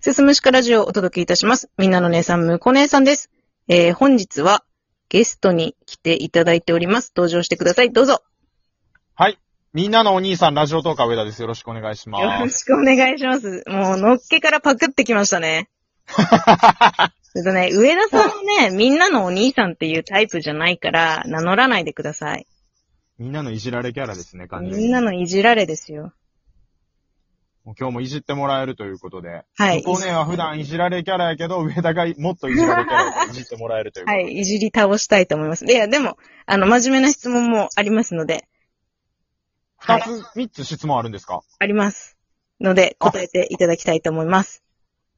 すすむしかラジオをお届けいたします。みんなの姉さん、むこ姉さんです。えー、本日はゲストに来ていただいております。登場してください。どうぞ。みんなのお兄さん、ラジオトーカー上田です。よろしくお願いしよまろす。しくお願いします。もう、のっけからパクってきました ね。それとね、上田さんはね、みんなのお兄さんっていうタイプじゃないから、名乗らないでください。みんなのいじられキャラですね、完全に。みんなのいじられですよ。もう今日もいじってもらえるということで。はい。向こうねは普段いじられキャラやけど、上田がもっといじられキャラをいじってもらえるということはで。い、いじり倒したいと思います。いや、でも、あの、真面目な質問もありますので、はい二つ、三つ質問あるんですかあります。ので、答えていただきたいと思います。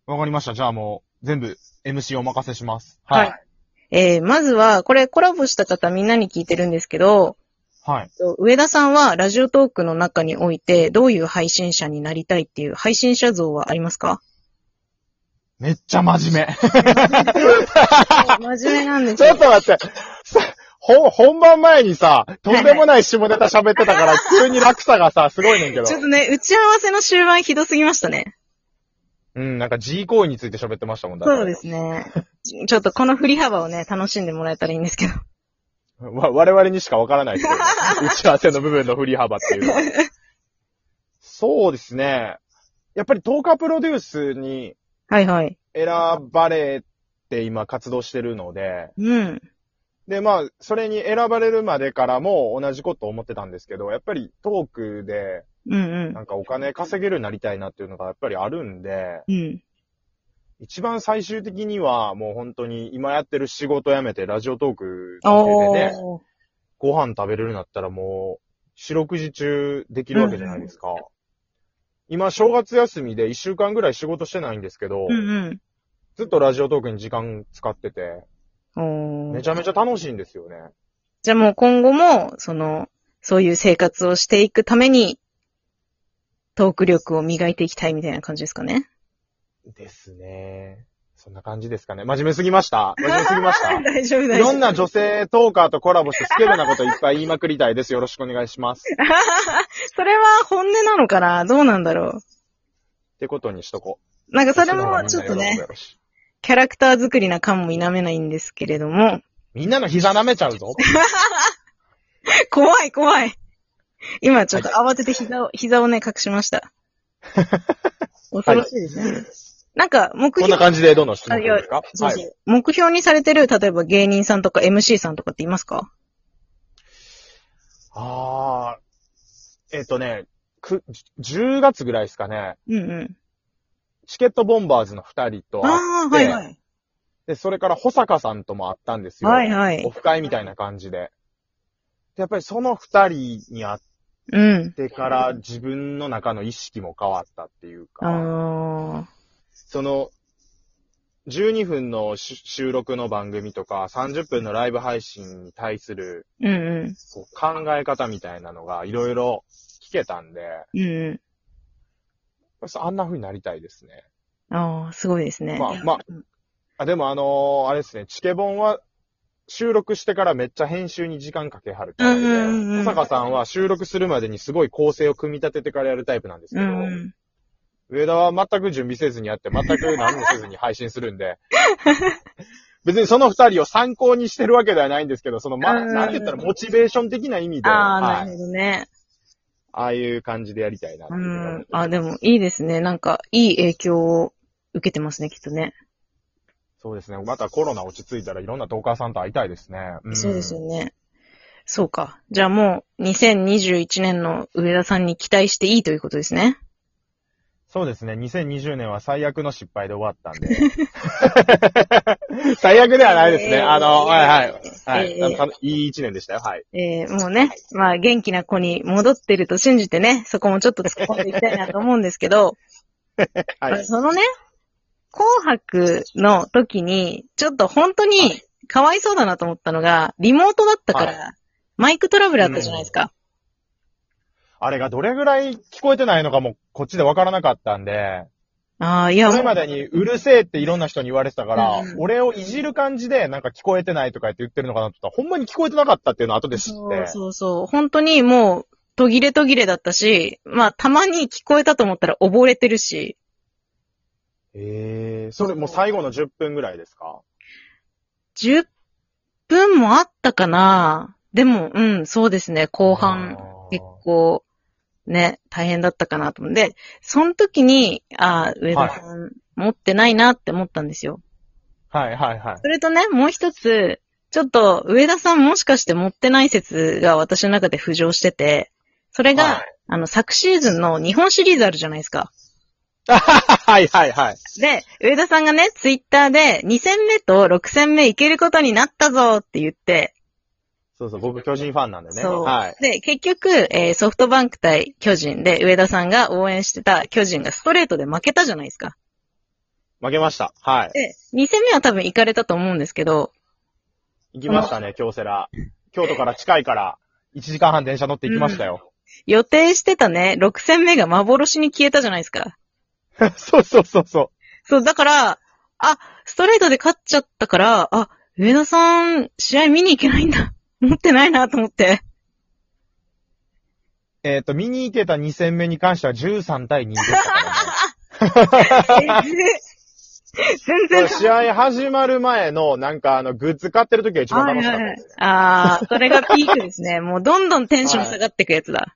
わかりました。じゃあもう、全部 MC お任せします。はいはい。えー、まずは、これコラボした方みんなに聞いてるんですけど、はい。上田さんはラジオトークの中において、どういう配信者になりたいっていう配信者像はありますかめっちゃ真面目。真面目なんです ちょっよ。と待って。さ本、本番前にさ、とんでもない下ネタ喋ってた から、急に落差がさ、すごいねんけどち。ょっとね、打ち合わせの終盤ひどすぎましたね。うん、なんか G 行為について喋ってましたもんだってそうですね。 ちょっとこの振り幅をね、楽しんでもらえたらいいんですけど。わ、我々にしかわからないですけどね、打ち合わせの部分の振り幅っていうのは。そうですね。やっぱり10日プロデュースにはいはい。選ばれて今活動してるので、うん。で、まあ、それに選ばれるまでからも同じこと思ってたんですけど、やっぱりトークでうんうんな。んかお金稼げるようになりたいなっていうのがやっぱりあるんで、うん。一番最終的にはもう本当に今やってる仕事辞めてラジオトークだけでね、おーご飯食べれるんだったらもう、四六時中できるわけじゃないですか。今、正月休みで一週間ぐらい仕事してないんですけど、うんずっとラジオトークに時間使ってて、うん。おめーちゃめちゃ楽しいんですよね。じゃあもう今後も、その、そういう生活をしていくために、トーク力を磨いていきたいみたいな感じですかね。ですね。そんな感じですかね。真面目すぎました真面目すぎまし た大丈夫、いろ んな女性トーカーとコラボしてスケベなこといっぱい言いまくりたいです。よろしくお願いします。っそれは本音なのかなどうなんだろてことにしとこう。なんかう。それもちょっとね、。キャラクター作りな感も否めないんですけれども、 みんなの膝舐めちゃうぞ。怖い怖い。今ちょっと慌てて膝を、膝をね、隠しま した。恐ろしいですね。なんか、目こん標な感じでどんどん質問していいですかそうそう。目標にされてる、例えば芸人さんとか MC さんとかっていますかあー、えっとね、く、10月ぐらいですかね、うんうん。チケットボンバーズの二人と会ってああ、はいはい。で、それから保坂さんとも会ったんですよ。はいはオい。フ会みたいな感じで。でやっぱりその二人に会っうん。てから自分の中の意識も変わったっていうか、ああ。その、12分のし収録の番組とか、30分のライブ配信に対するうんうこう考え方みたいなのがいろいろ聞けたんで、ん。うんうあんな風になりたいですね。ん。ああ、すごいですね。まあまあうんあ、でもあのーあれですね、チケボンは収録してからめっちゃ編集に時間かけはるタイプで、うんうんうん小坂さんは収録するまでにすごい構成を組み立ててからやるタイプなんですけうど、んうん。上田は全く準備せずにやって、全く何もせずに配信するん で、別にその二人を参考にしてるわけではないんですけど、そのま、うんなんて言ったらモチベーション的な意味で、ああ、は、ないるほどね。ああいう感じでやりたいなってういうふうに思ってん。ますあ、でもいいですね。なんか、いい影響を受けてますね、きっとね。そうですね。またコロナ落ち着いたらいろんなトーカーさんと会いたいですね。んそうですよね。そうか。じゃあもう、2021年の上田さんに期待していいということですね。そうですね。2020年は最悪の失敗で終わったんで。 最悪ではないですね。えーあの、はいはい。はい、えーあのたのいい一年でしたよ。はい。えー、もうね、まあ元気な子に戻ってると信じてね、そこもちょっと突っ込んでいきたいなと思うんですけど、はい。そのね、紅白の時に、ちょっと本当はにかわいそうだなと思ったのが、リモートだったから、マイクトラブルあったじゃないですか。あれがどれぐらい聞こえてないのかもこっちでわからなかったんで、ああ、いや、それまでにうるせえっていろんな人に言われてたから、うん俺をいじる感じでなんか聞こえてないとか言って言ってるのかなと思ったら、ほんまに聞こえてなかったっていうのを後で知っそうて。そうそう。本当にもう、途切れ途切れだったし、まあ、たまに聞こえたと思ったら溺れてるし、ええそれもう最後の10分ぐらいですか10分もあったかなでも、うん、そうですね、後半、あー結構、ね、大変だったかなと思うんで、その時に、ああ、上田さん、持ってないなって思ったんですよ。はいはいはい。 それとね、もう一つ、ちょっと、上田さんもしかして持ってない説が私の中で浮上してて、それが、はいあの、昨シーズンの日本シリーズあるじゃないですか。はいはいはい。で、上田さんがね、ツイッターで2戦目と6戦目いけることになったぞって言って、そうそう、僕巨人ファンなんでね。そうはい。で、結局、えーソフトバンク対巨人で上田さんが応援してた巨人がストレートで負けたじゃないですか。負けました。はい。で、2戦目は多分行かれたと思うんですけど、行きましたね、京セラ。京都から近いから、1時間半電車乗って行きましたよ。予定してたね、6戦目が幻に消えたじゃないですか。 そうそうそうそそう、だから、あ、ストレートで勝っちゃったから、あ、上田さん、試合見に行けないんだ。 持ってないなと思 って。う。えっ、と、見に行けた2戦目に関しては13対2でした からね。全然試合始まる前の、なんかあの、グッズ買ってる時が一番楽しかったです。ああ、それがピークですね。もうどんどんテンション下がっていくやつだ。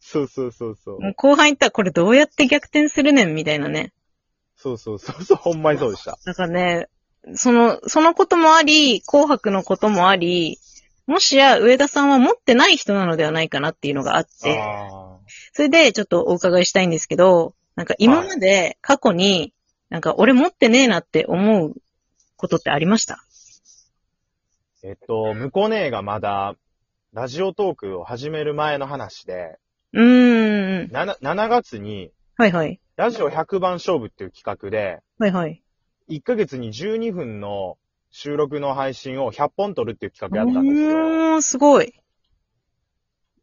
そうそうそうそう。もう後半行ったらこれどうやって逆転するねんみたいなね。そうそうそうそう、ほんまにそうで した。だからね、その、そのこともあり、紅白のこともあり、もしや上田さんは持ってない人なのではないかなっていうのがあって、あそれでちょっとお伺いしたいんですけど、なんか今まで過去に、なんか俺持ってねえなって思うことってありましたーえっと、向こう姉がまだ、ラジオトークを始める前の話で、うーん。 7, 7月に、はいはい。ラジオ100番勝負っていう企画で、はいはい。 1ヶ月に12分の収録の配信を100本撮るっていう企う画やったんですよ。ーん、すごい。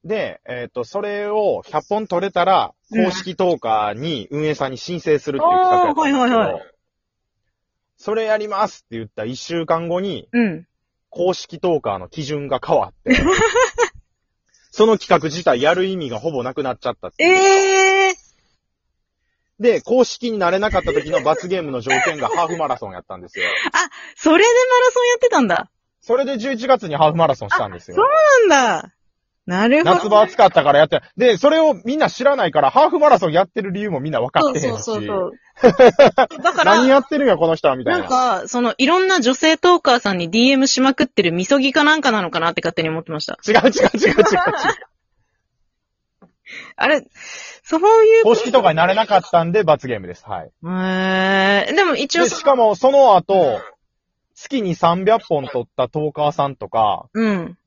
で、えっ、と、それを100本撮れたら、公式トーカーに運営さんに申請するっていう企画やったんですけあーど、はいはいはそれやりますって言った1週間後に、うん。公式トーカーの基準が変わ って、その企画自体やる意味がほぼなくなっちゃったっていうええで、公式になれなかった時の罰ゲームの条件がハーフマラソンやったんですよ。それでマラソンやってたんだ。それで11月にハーフマラソンしたんですよあ。なんだ。な るほど。夏場暑かったからやって、で、それをみんな知らないから、ハーフマラソンやってる理由もみんな分かそっうてそへんうし。そうそう。だから、何やってるんや、この人は、みたいなんな。か、その、いろんな女性トーカーさんに DM しまくってるみそぎかなんかなのかなって勝手に思ってました。違う違う違う違う違う。あれ、そういう。公式とかになれなかったんで、罰ゲームです。はい。えー、でも一応で、そしかも、その後、月に300本撮ったトーカーさんとか、うん。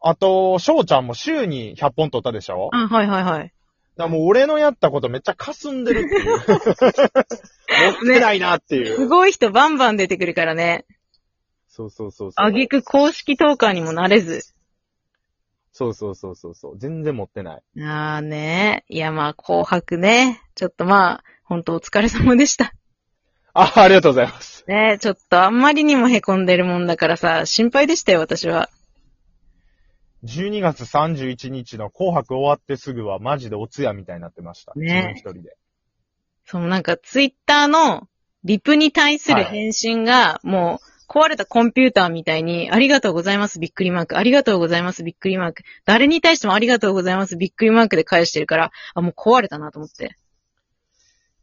あと、翔ちゃんも週に100本撮ったでしょだかあ、はいはいはい。らもう俺のやったことめっちゃ霞んでるっていう。持ってないなっていう。すごい人バンバン出てくるからね。そうそうそうそう。あげく公式トーカーにもなれず。そうそうそうそうそう。全然持ってない。あーね。いやまあ、紅白ね。ちょっとまあ、本当お疲れ様でした。あ、ありがとうございます。ねえ、ちょっとあんまりにも凹んでるもんだからさ、心配でしたよ、私は。 12月31日の紅白終わってすぐはマジでお通夜みたいになってました。ね自分一人で。そのなんか、ツイッターのリプに対すはるい返信が、もう、壊れたコンピューターみたいに、ありがとうございます、びっくりマーク。ありがとうございます、びっくりマーク。誰に対してもありがとうございます、びっくりマークで返してるから、あ、もう壊れたなと思って。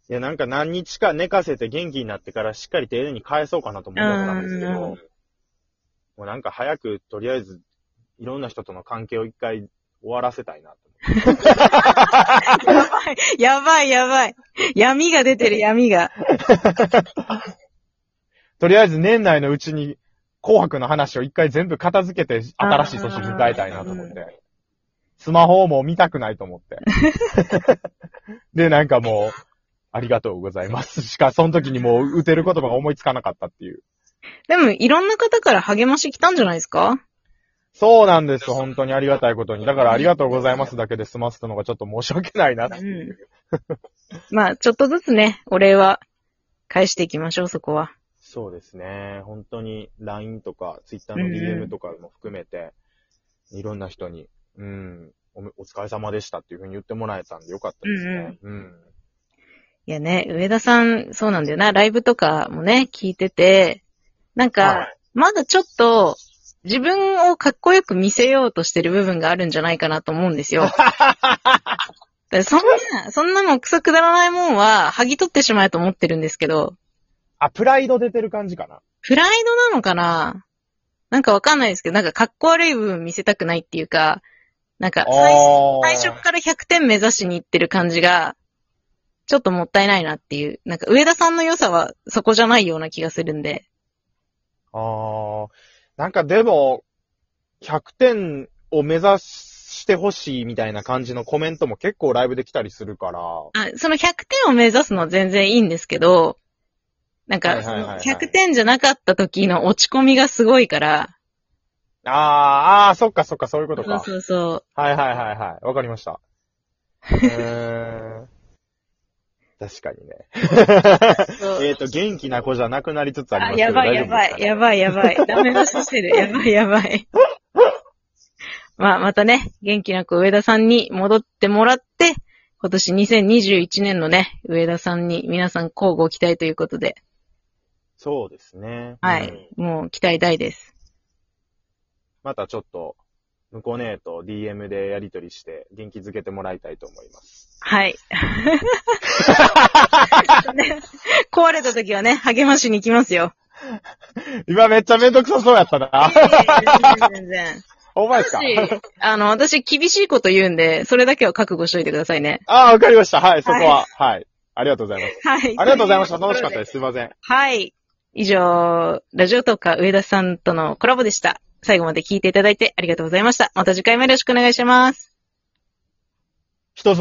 いや、なんか何日か寝かせて元気になってからしっかり丁寧に返そうかなと思ってたんですけど、うんもうなんか早くとりあえずいろんな人との関係を一回終わらせたいなと思って。やばい、やばい。闇が出てる、闇が。とりあえず年内のうちに紅白の話を一回全部片付けて新しい年迎えたいなと思って。スマホをもう見たくないと思って。で、なんかもう、ありがとうございます。しか、その時にもう打てる言葉が思いつかなかったっていう。でも、いろんな方から励まし来たんじゃないですかそうなんです。本当にありがたいことに。だからありがとうございますだけで済ませたのがちょっと申し訳ないなっうて いん。まあ、ちょっとずつね、お礼は返していきましょう、そこは。そうですね。本当に LINE とか Twitter うのんうん DM とかも含めて、いろんな人に、うん、おめお疲れ様でしたっていうふうに言ってもらえたんでよかったですね。うん、いいやね、上田さん、そうなんだよな。ライブとかもね、聞いてて、なんか、はいまだちょっと、自分をかっこよく見せようとしてる部分があるんじゃないかなと思うんです よ。だからそんな、そんなもんクソくだらないもんは、剥ぎ取ってしまえと思ってるんですけど、あ、プライド出てる感じかな。プライドなのかななんかわかんないですけど、なんかかっこ悪い部分見せたくないっていうか、なんか最初あ最初から100点目指しに行ってる感じが、ちょっともったいないなっていう。なんか、上田さんの良さはそこじゃないような気がするんで。あーなんかでも、100点を目指してほしいみたいな感じのコメントも結構ライブで来たりするから。あ、その100点を目指すのは全然いいんですけど、なんはか、いはいはいはいその100点じゃなかった時の落ち込みがすごいから、ああ、ああ、そっかそっか、そういうこそとうか。そうそはいはいはいはい。わかり ました。うーん。確か にね。う。そうえっと、元気な子じゃなくなりつつありますあ、けどやばいやばい、やばいやばい。 ダメ出ししてる。やばいやばい。 まあ、またね、元気なく上田さんに戻ってもらって、今年2021年のね、上田さんに皆さん交互期待ということで、そうですね。はいうんもう期待大です。またちょっと、向こうねえと DM でやりとりして、元気づけてもらいたいと思います。はい。ね 壊れた時はね、励ましに行きますよ。今めっちゃめんどくさそうやったな。全然。お前ですか私、あの、私厳しいこと言うんで、それだけは覚悟しといてくださいね。ああ、わかりました。はい、そこは。はい。ありがとうございます。はい。ありがとうございました。楽しかったすです。すいません。はい。以上、ラジオトーカー上田さんとのコラボでした。最後まで聞いていただいてありがとうございました。また次回もよろしくお願いします。